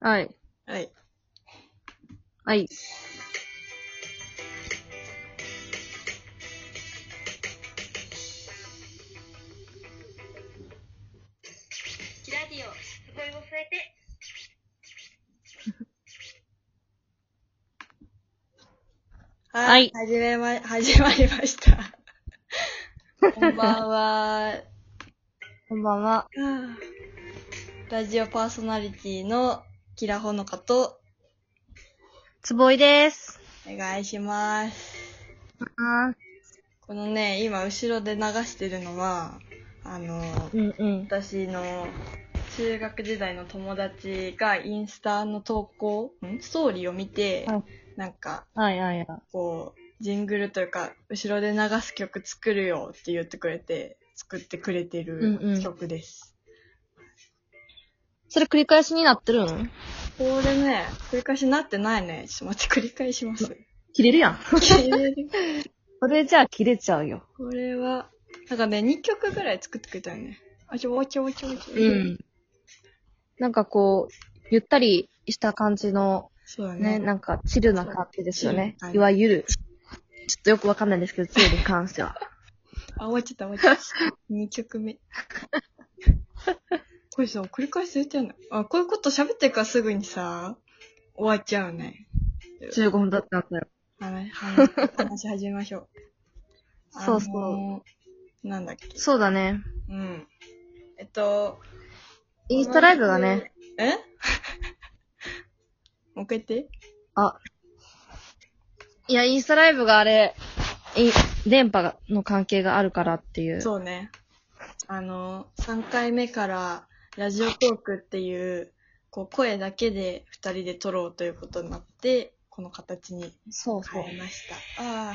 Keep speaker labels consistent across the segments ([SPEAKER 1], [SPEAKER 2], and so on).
[SPEAKER 1] はい。
[SPEAKER 2] はい。
[SPEAKER 1] はい。
[SPEAKER 3] キラディオ、声を添えて。
[SPEAKER 1] はい
[SPEAKER 2] 始めま、始まりました。こんばんは。
[SPEAKER 1] こんばんは。
[SPEAKER 2] ラジオパーソナリティのキラホノカと
[SPEAKER 1] つぼいです。
[SPEAKER 2] お願いします。
[SPEAKER 1] あ
[SPEAKER 2] このね、今後ろで流してるのは、あの、
[SPEAKER 1] うんうん。
[SPEAKER 2] 私の中学時代の友達がインスタの投稿、んストーリーを見て、
[SPEAKER 1] はい
[SPEAKER 2] なんか、
[SPEAKER 1] はいはいはい。
[SPEAKER 2] こう、ジングルというか、後ろで流す曲作るよって言ってくれて、作ってくれて
[SPEAKER 1] うんう
[SPEAKER 2] る
[SPEAKER 1] ん
[SPEAKER 2] 曲です。
[SPEAKER 1] それ繰り返しになってるん
[SPEAKER 2] これね、繰り返しなってないね。ちょっと待って、繰り返し ます。
[SPEAKER 1] 切れるやん。
[SPEAKER 2] こ
[SPEAKER 1] それじゃあ切れちゃうよ。
[SPEAKER 2] れは、なんかね、2曲ぐらい作ってくれたよね。あ、ちょ、おちょおちょおちょ。。。
[SPEAKER 1] なんかこう、ゆったりした感じの、
[SPEAKER 2] そうだ
[SPEAKER 1] ね、
[SPEAKER 2] ね。
[SPEAKER 1] なんかチルな感じですよね
[SPEAKER 2] そう。
[SPEAKER 1] いわゆる。ちょっとよくわかんないんですけど、チルに関 しては。
[SPEAKER 2] あ、終わっちゃった、終わっちゃった。2曲目。 これさ、繰り返し言ってんのあ、こういうこと喋ってからすぐにさ、終わっちゃうね。
[SPEAKER 1] 15分だったんだよ。
[SPEAKER 2] 話、話、話し始めましょう。
[SPEAKER 1] そうそう
[SPEAKER 2] う。なんだっけ。
[SPEAKER 1] そうだね。
[SPEAKER 2] うん。えっと、
[SPEAKER 1] インスタライブがね、。
[SPEAKER 2] え もう一回言って。
[SPEAKER 1] いや、インスタライブがあれ、い電波がの関係があるからっていう。
[SPEAKER 2] そうね。あの、3回目から、ラジオトークっていう、こう、声だけで2人で撮ろうということになって、この形に
[SPEAKER 1] そうそう。
[SPEAKER 2] 変えました。ああ、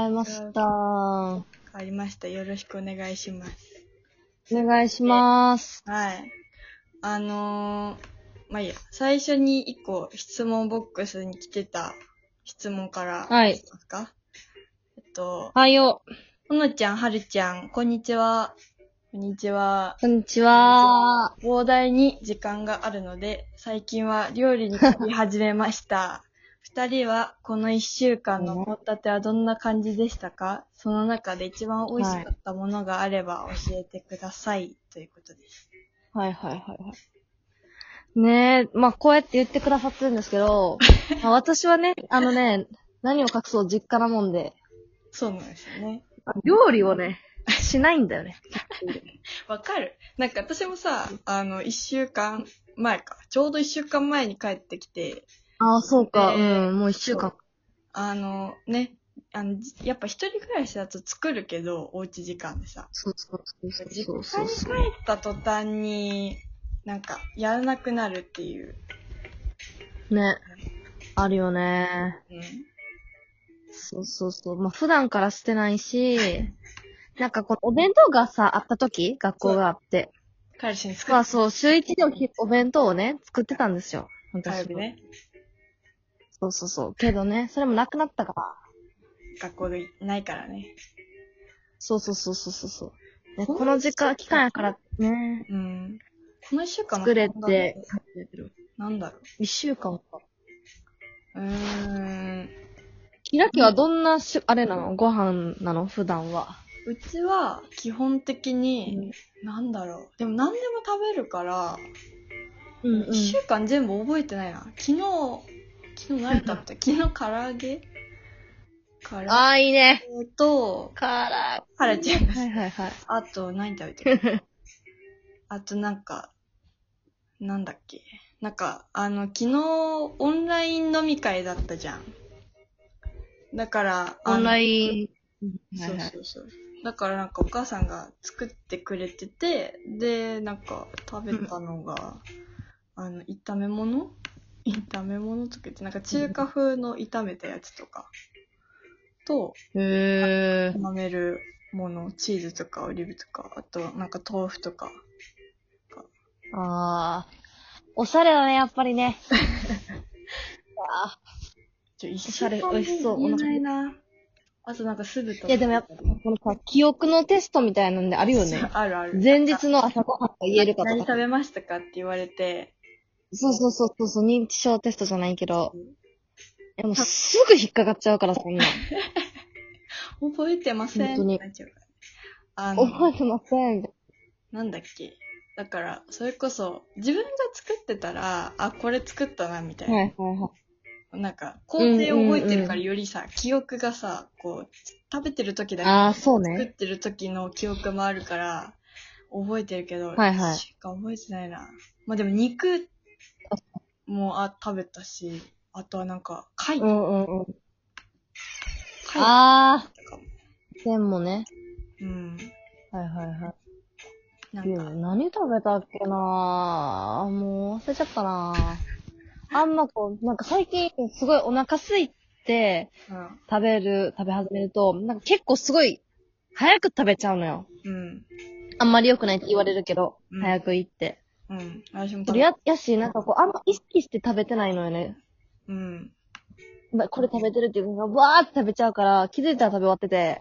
[SPEAKER 1] 変えました。お
[SPEAKER 2] 変わりました。よろしくお願いします。
[SPEAKER 1] 願いします。
[SPEAKER 2] はい。あのー、まあ、いいや、最初に一個質問ボックスに来てた質問から、
[SPEAKER 1] はい
[SPEAKER 2] しますかえっと、
[SPEAKER 1] はいよ。
[SPEAKER 2] ほのちゃん、はるちゃん、こんにちは。こんにちは。
[SPEAKER 1] こんにちは。
[SPEAKER 2] 膨大に時間があるので、最近は料理に飛び始めました。二人はこの一週間の献立はどんな感じでしたかその中で一番美味しかったものがあれば教えてください。ということです。
[SPEAKER 1] はいはいはいはい。ねえ、まあ、こうやって言ってくださってるんですけ ど、まあ、私はね、あのね、何を隠そう実家なもんで、
[SPEAKER 2] そうなんですよね。
[SPEAKER 1] 料理をね、しないんだよね。
[SPEAKER 2] わかるなんか私もさ、あの、一週間前か。ちょうど一週間前に帰ってきて、
[SPEAKER 1] ああ、そうか。
[SPEAKER 2] ねえ
[SPEAKER 1] うん、もう一週間。
[SPEAKER 2] あの、ね、あの、じやっぱ一人暮らしだと作るけど、おうち時間でさ。
[SPEAKER 1] そうそうそうそう
[SPEAKER 2] 実
[SPEAKER 1] そう
[SPEAKER 2] 家
[SPEAKER 1] そう
[SPEAKER 2] に帰った途端に、なんか、やらなくなるっていう。
[SPEAKER 1] ね。あるよね。
[SPEAKER 2] うん。
[SPEAKER 1] そうそうそう。まあ、普段からしてないし、 なんかこう、お弁当がさ、あった時、学校があって。
[SPEAKER 2] 彼氏に作
[SPEAKER 1] ま
[SPEAKER 2] る
[SPEAKER 1] あそう、週一でおきお弁当をね、作ってたんですよ。
[SPEAKER 2] タイ
[SPEAKER 1] 私
[SPEAKER 2] プ
[SPEAKER 1] も。
[SPEAKER 2] ね。
[SPEAKER 1] そうそうそう。けどね、それもなくなったから。
[SPEAKER 2] 学校でないからね。
[SPEAKER 1] そうそうそうそうそうそう、ね。
[SPEAKER 2] そう
[SPEAKER 1] この時間、期間やからね、
[SPEAKER 2] うん。この一週間の
[SPEAKER 1] 作れ
[SPEAKER 2] 感覚
[SPEAKER 1] て。
[SPEAKER 2] なんだろ
[SPEAKER 1] 一週間か。
[SPEAKER 2] う。うーん。
[SPEAKER 1] キラキはどんなし、あれなのご飯なの普段は。
[SPEAKER 2] うちは、基本的に、
[SPEAKER 1] ん。
[SPEAKER 2] なんだろう。でも何でも食べるから、
[SPEAKER 1] うん、
[SPEAKER 2] 一週間全部覚えてないな。昨日、昨日何 食べた昨日唐揚げ唐揚
[SPEAKER 1] ああ、いいね。
[SPEAKER 2] げと、
[SPEAKER 1] から、
[SPEAKER 2] ハラちゃんが
[SPEAKER 1] はいはいはい。
[SPEAKER 2] あと、何食べてる あと、なんか、なんだっけ。なんか、あの、昨日、オンライン飲み会だったじゃん。だから、
[SPEAKER 1] オンラ
[SPEAKER 2] ン。
[SPEAKER 1] イン。
[SPEAKER 2] そうそうそう。だから、なんか、お母さんが作ってくれてて、で、なんか、食べたのが、あの、炒め 物炒め物とか言って、なんか、中華風の炒めたやつとか、と、
[SPEAKER 1] へえ。
[SPEAKER 2] 飲めるもの、チーズとかオリーブとか、あとなんか豆腐とか。
[SPEAKER 1] ああ。おしゃれだね、やっぱりね。ああ。
[SPEAKER 2] ちょ、一
[SPEAKER 1] おしゃれ美味しそう
[SPEAKER 2] 言えないな。あとなんか酢豚とか。
[SPEAKER 1] いやでもやっぱ、このさ、記憶のテストみたいなんであるよね。
[SPEAKER 2] あるある。
[SPEAKER 1] 前日の朝ごはんが言えるか
[SPEAKER 2] 何
[SPEAKER 1] と
[SPEAKER 2] 食
[SPEAKER 1] か。
[SPEAKER 2] べましたかって言われて、
[SPEAKER 1] そうそうそうそうそう、認知症テストじゃないけど
[SPEAKER 2] うん。
[SPEAKER 1] でもうすぐ引っかかっちゃうから、そんな。
[SPEAKER 2] 覚えてません
[SPEAKER 1] 本当に
[SPEAKER 2] ってなっちゃうからあの、
[SPEAKER 1] 覚えてません。
[SPEAKER 2] なんだっけ。だから、それこそ、自分が作ってたら、あ、これ作ったな、みたいな。
[SPEAKER 1] はいはいは
[SPEAKER 2] なんか、工程を覚えてるからよりさ、記憶がさ、こう、食べてる時
[SPEAKER 1] い。
[SPEAKER 2] だけ
[SPEAKER 1] ああ、そう
[SPEAKER 2] 作っ
[SPEAKER 1] ね。
[SPEAKER 2] てる時の記憶もあるから、覚えてるけど、
[SPEAKER 1] はいはい
[SPEAKER 2] 一週間覚えてないな。まあでも肉もあ食べたし、あとはなんか、貝、
[SPEAKER 1] う
[SPEAKER 2] 貝
[SPEAKER 1] んうんうん。
[SPEAKER 2] とか
[SPEAKER 1] ああ、
[SPEAKER 2] も。
[SPEAKER 1] 線もね。
[SPEAKER 2] うん。
[SPEAKER 1] はいはいはい。
[SPEAKER 2] ないん
[SPEAKER 1] や
[SPEAKER 2] か、
[SPEAKER 1] 何食べたっけなぁ。もう忘れちゃったなぁ。あんまこう、なんか最近すごいお腹空いて
[SPEAKER 2] うん
[SPEAKER 1] 食べる、食べ始めると、なんか結構すごい早く食べちゃうのよ。
[SPEAKER 2] うん。
[SPEAKER 1] あんまり良くないって言われるけど、
[SPEAKER 2] うん
[SPEAKER 1] 早く行って。
[SPEAKER 2] うん。私も
[SPEAKER 1] そ
[SPEAKER 2] 食
[SPEAKER 1] れ
[SPEAKER 2] べ
[SPEAKER 1] や、やし、なんかこう、あんま意識して食べてないのよね。
[SPEAKER 2] うん。
[SPEAKER 1] まこれ食べてるっていうのが、わーって食べちゃうから、気づいたら食べ終わってて、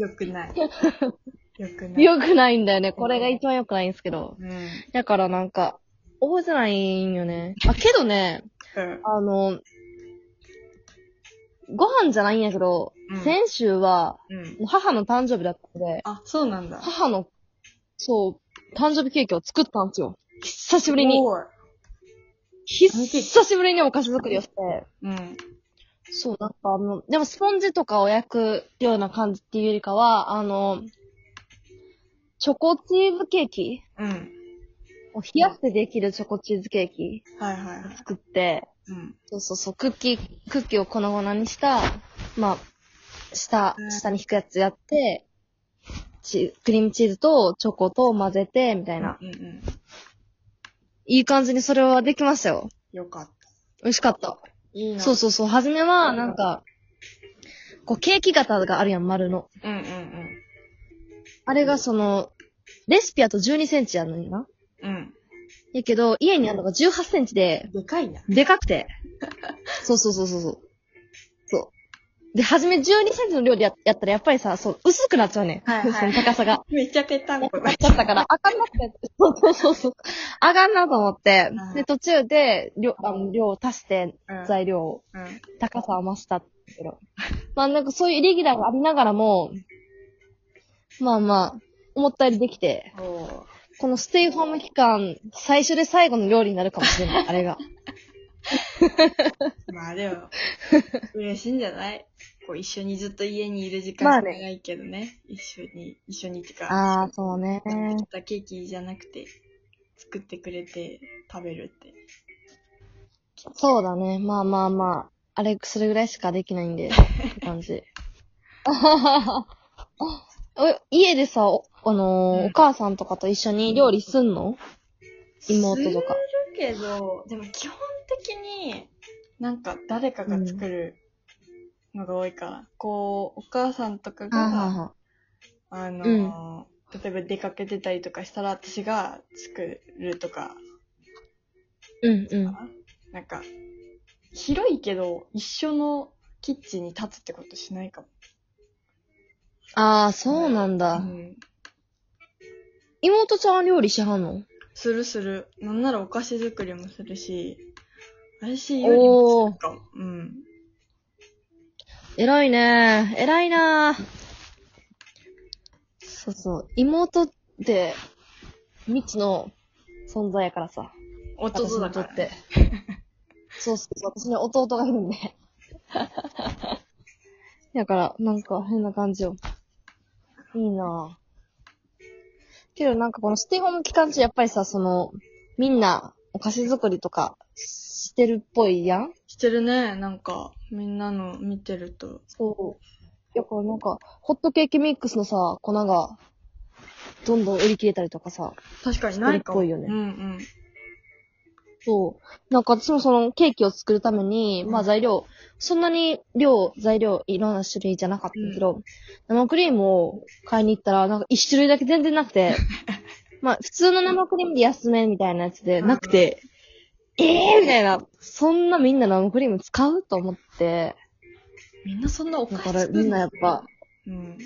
[SPEAKER 2] よ くない。よくない。
[SPEAKER 1] 良くないんだよね。これが一番良くないんですけど。
[SPEAKER 2] うん。うん。
[SPEAKER 1] だからなんか、覚えてないんよね。あ、けどね、あの、ご飯じゃないんやけど、
[SPEAKER 2] うん
[SPEAKER 1] 先週は、
[SPEAKER 2] うん。
[SPEAKER 1] 母の誕生日だったので、
[SPEAKER 2] あ、そうなんだ。
[SPEAKER 1] 母の、そう、誕生日ケーキを作ったんですよ。久しぶりに。
[SPEAKER 2] おー
[SPEAKER 1] 久しぶりにお菓子作りをして。
[SPEAKER 2] うん。
[SPEAKER 1] そう、なんかあの、でもスポンジとかを焼くような感じっていうよりかは、あの、チョコチーズケーキ
[SPEAKER 2] うん。
[SPEAKER 1] を冷やしてできるチョコチーズケーキ
[SPEAKER 2] はいはいはい。
[SPEAKER 1] 作って、
[SPEAKER 2] うん。
[SPEAKER 1] そうそうそう、クッキー、クッキーを粉々にした、まあ、下
[SPEAKER 2] う、ん
[SPEAKER 1] 下に引くやつやって、チークリームチーズとチョコと混ぜて、みたいな。
[SPEAKER 2] うんうん。
[SPEAKER 1] いい感じにそれはできましたよ。
[SPEAKER 2] よかった。
[SPEAKER 1] 美味しかった。
[SPEAKER 2] いいな。
[SPEAKER 1] そうそうそう、はじめは、なんか、こう、ケーキ型があるやん、丸の。
[SPEAKER 2] うんうんうん。
[SPEAKER 1] あれがその、レシピやと12センチやのにな。
[SPEAKER 2] うん。
[SPEAKER 1] やけど、家にあるのが18センチで、
[SPEAKER 2] でかいな。
[SPEAKER 1] でかく て。そうそうそうそうそう。そう。で、はじめ12センチの料理ややったら、やっぱりさ、そう、薄くなっちゃうね。
[SPEAKER 2] はいはい
[SPEAKER 1] その高さが。
[SPEAKER 2] めっちゃぺったんこだ
[SPEAKER 1] なっ。ちゃったから、あかんなって。そうそうそう。あかんなと思って
[SPEAKER 2] は。い
[SPEAKER 1] で、途中で、量、あの、量を足して、材料を、
[SPEAKER 2] うん。うん。
[SPEAKER 1] 高さを増したけど。まあ、なんかそういうイレギュラーがありながらも、まあまあ、思ったよりできて、
[SPEAKER 2] おー
[SPEAKER 1] このステイホーム期間、最初で最後の料理になるかもしれない、あれが。
[SPEAKER 2] まあ でも、嬉しいんじゃないこう一緒にずっと家にいる時
[SPEAKER 1] ま
[SPEAKER 2] 間
[SPEAKER 1] あ
[SPEAKER 2] が
[SPEAKER 1] ね
[SPEAKER 2] 長いけどね。一緒に、一緒にってか、
[SPEAKER 1] ああ、そうね。
[SPEAKER 2] 作ったケーキじゃなくて、作ってくれて食べるって。
[SPEAKER 1] そうだね。まあまあまあ。あれ、それぐらいしかできないんで、って感じ。 お家でさ、おあのー
[SPEAKER 2] うん
[SPEAKER 1] お母さんとかと一緒に料理すんの妹とか。
[SPEAKER 2] するけど、でも基本的に、なんか誰かが作るのが多いから、こう、お母さんとか
[SPEAKER 1] あ
[SPEAKER 2] が、
[SPEAKER 1] は
[SPEAKER 2] あのー例えば出かけてたりとかしたら私が作るとか、
[SPEAKER 1] うんうん。
[SPEAKER 2] なんか、広いけど一緒のキッチンに立つってことしないかも。
[SPEAKER 1] ああ、そうなん
[SPEAKER 2] う
[SPEAKER 1] だ。
[SPEAKER 2] ん。
[SPEAKER 1] 妹ちゃんは料理しはんの
[SPEAKER 2] するする。なんならお菓子作りもするし、私より
[SPEAKER 1] お
[SPEAKER 2] も
[SPEAKER 1] ー
[SPEAKER 2] する、かも。うん。
[SPEAKER 1] 偉いね。偉いなー。そうそう。妹って、未知の存在やからさ。
[SPEAKER 2] 弟だ
[SPEAKER 1] 私
[SPEAKER 2] から
[SPEAKER 1] にとっ。て。そうそうそう、私には弟がいるんで。 だから、なんか変な感じよ。いいなぁ。けどなんかこのステイホーム期間中、やっぱりさ、その、みんなお菓子作りとかしてるっぽいやん
[SPEAKER 2] してるね。なんか、みんなの見てると。
[SPEAKER 1] そう。だからなんか、ホットケーキミックスのさ、粉が、どんどん売り切れたりとかさ。
[SPEAKER 2] 確かにないかも。
[SPEAKER 1] してるっぽいよね
[SPEAKER 2] うんうん。
[SPEAKER 1] そう。なんか私もそのケーキを作るために、
[SPEAKER 2] うん
[SPEAKER 1] まあ材料、そんなに量、材料、いろんな種類じゃなかったんだけど、生クリームを買いに行ったら、なんか一種類だけ全然なくて、 まあ普通の生クリームで安めみたいなやつで
[SPEAKER 2] うん
[SPEAKER 1] なくて、ええー、みたいな、そんなみんな生クリーム使うと思って、
[SPEAKER 2] みんなそんなお菓
[SPEAKER 1] だ
[SPEAKER 2] 子
[SPEAKER 1] から
[SPEAKER 2] 作る
[SPEAKER 1] みんなやっぱ、
[SPEAKER 2] うん。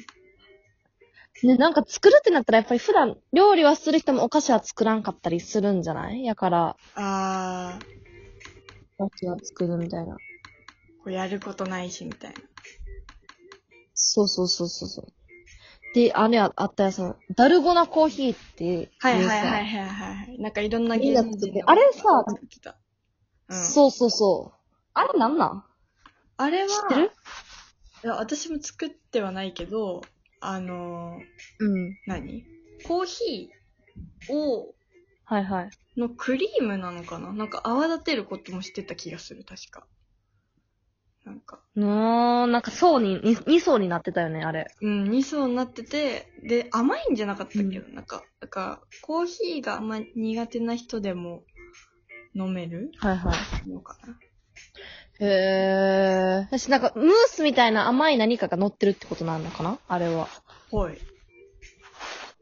[SPEAKER 1] ね、なんか作るってなったらやっぱり普段料理はする人もお菓子は作らんかったりするんじゃないやから、
[SPEAKER 2] あー、
[SPEAKER 1] お菓子は作るみたいな。
[SPEAKER 2] これやることないし、みたいな。
[SPEAKER 1] そうそうそうそうそう。で、あれああったやさ、ダルゴナコーヒーっていうさ。
[SPEAKER 2] はいはいはいはいはい。なんかいろんな
[SPEAKER 1] みん
[SPEAKER 2] 芸
[SPEAKER 1] な
[SPEAKER 2] 能
[SPEAKER 1] 作っ
[SPEAKER 2] 人
[SPEAKER 1] て
[SPEAKER 2] の。
[SPEAKER 1] あれさ、
[SPEAKER 2] 作ってた。うん。
[SPEAKER 1] そうそうそう。あれなんなん
[SPEAKER 2] あれは、
[SPEAKER 1] 知ってる
[SPEAKER 2] いや私も作ってはないけど、あのー、
[SPEAKER 1] うん。
[SPEAKER 2] 何コーヒーを、
[SPEAKER 1] はいはい。
[SPEAKER 2] のクリームなのかななんか泡立てることもしてた気がする、確か。なんか、
[SPEAKER 1] うーん、なんか層に、に二層になってたよね、あれ。
[SPEAKER 2] うん、2層になってて、で、甘いんじゃなかったっけど、なんか、なんか、コーヒーがあんま苦手な人でも飲める
[SPEAKER 1] はいはい。
[SPEAKER 2] のかな
[SPEAKER 1] へえ。私なんか、ムースみたいな甘い何かが乗ってるってことなのかなあれは。
[SPEAKER 2] ほい。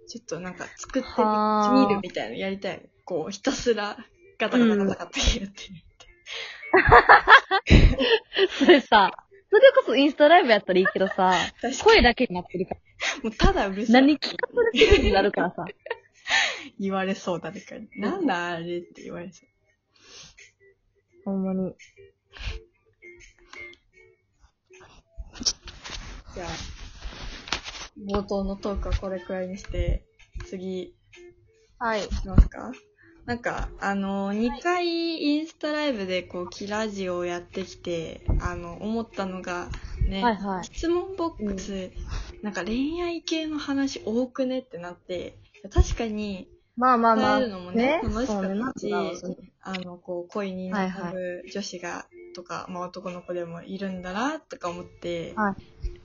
[SPEAKER 2] ちょっとなんか作って
[SPEAKER 1] はー
[SPEAKER 2] みるみたいなのやりたい。こう、ひたすらガタガタガタガタやってみて。
[SPEAKER 1] それさ、それこそインスタライブやったらいいけどさ、
[SPEAKER 2] 確か
[SPEAKER 1] 声だけになってるから。
[SPEAKER 2] に、もうただうるさい。
[SPEAKER 1] 何聞かされてるになる からさ。
[SPEAKER 2] 言われそう、誰かに。なんだあれって言われそう。
[SPEAKER 1] ほんまに。
[SPEAKER 2] じゃあ、冒頭のトークはこれくらいにして、次、
[SPEAKER 1] はい。
[SPEAKER 2] いきますかなんか、あの、2回インスタライブで、こう、キラジオをやってきて、あの、思ったのが、ね、
[SPEAKER 1] はいはい
[SPEAKER 2] 質問ボックス、なんか恋愛系の話多くねってなって、確かに、
[SPEAKER 1] まあまあまあ。
[SPEAKER 2] 答えるのもね楽しかった
[SPEAKER 1] そう
[SPEAKER 2] し
[SPEAKER 1] ねなんだろうね
[SPEAKER 2] あの、こう、恋に
[SPEAKER 1] はい
[SPEAKER 2] 悩
[SPEAKER 1] は
[SPEAKER 2] む女子が、とか、まあ男の子でもいるんだな、とか思って、
[SPEAKER 1] は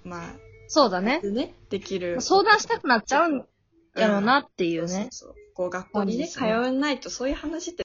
[SPEAKER 2] ま
[SPEAKER 1] そうだ
[SPEAKER 2] あ、
[SPEAKER 1] ね。
[SPEAKER 2] ね、できる。
[SPEAKER 1] 相談したくなっちゃうんやろうなっていうね。
[SPEAKER 2] そうそうそうこう、学校にね、
[SPEAKER 1] そうです
[SPEAKER 2] 通
[SPEAKER 1] ね
[SPEAKER 2] えないと、そういう話って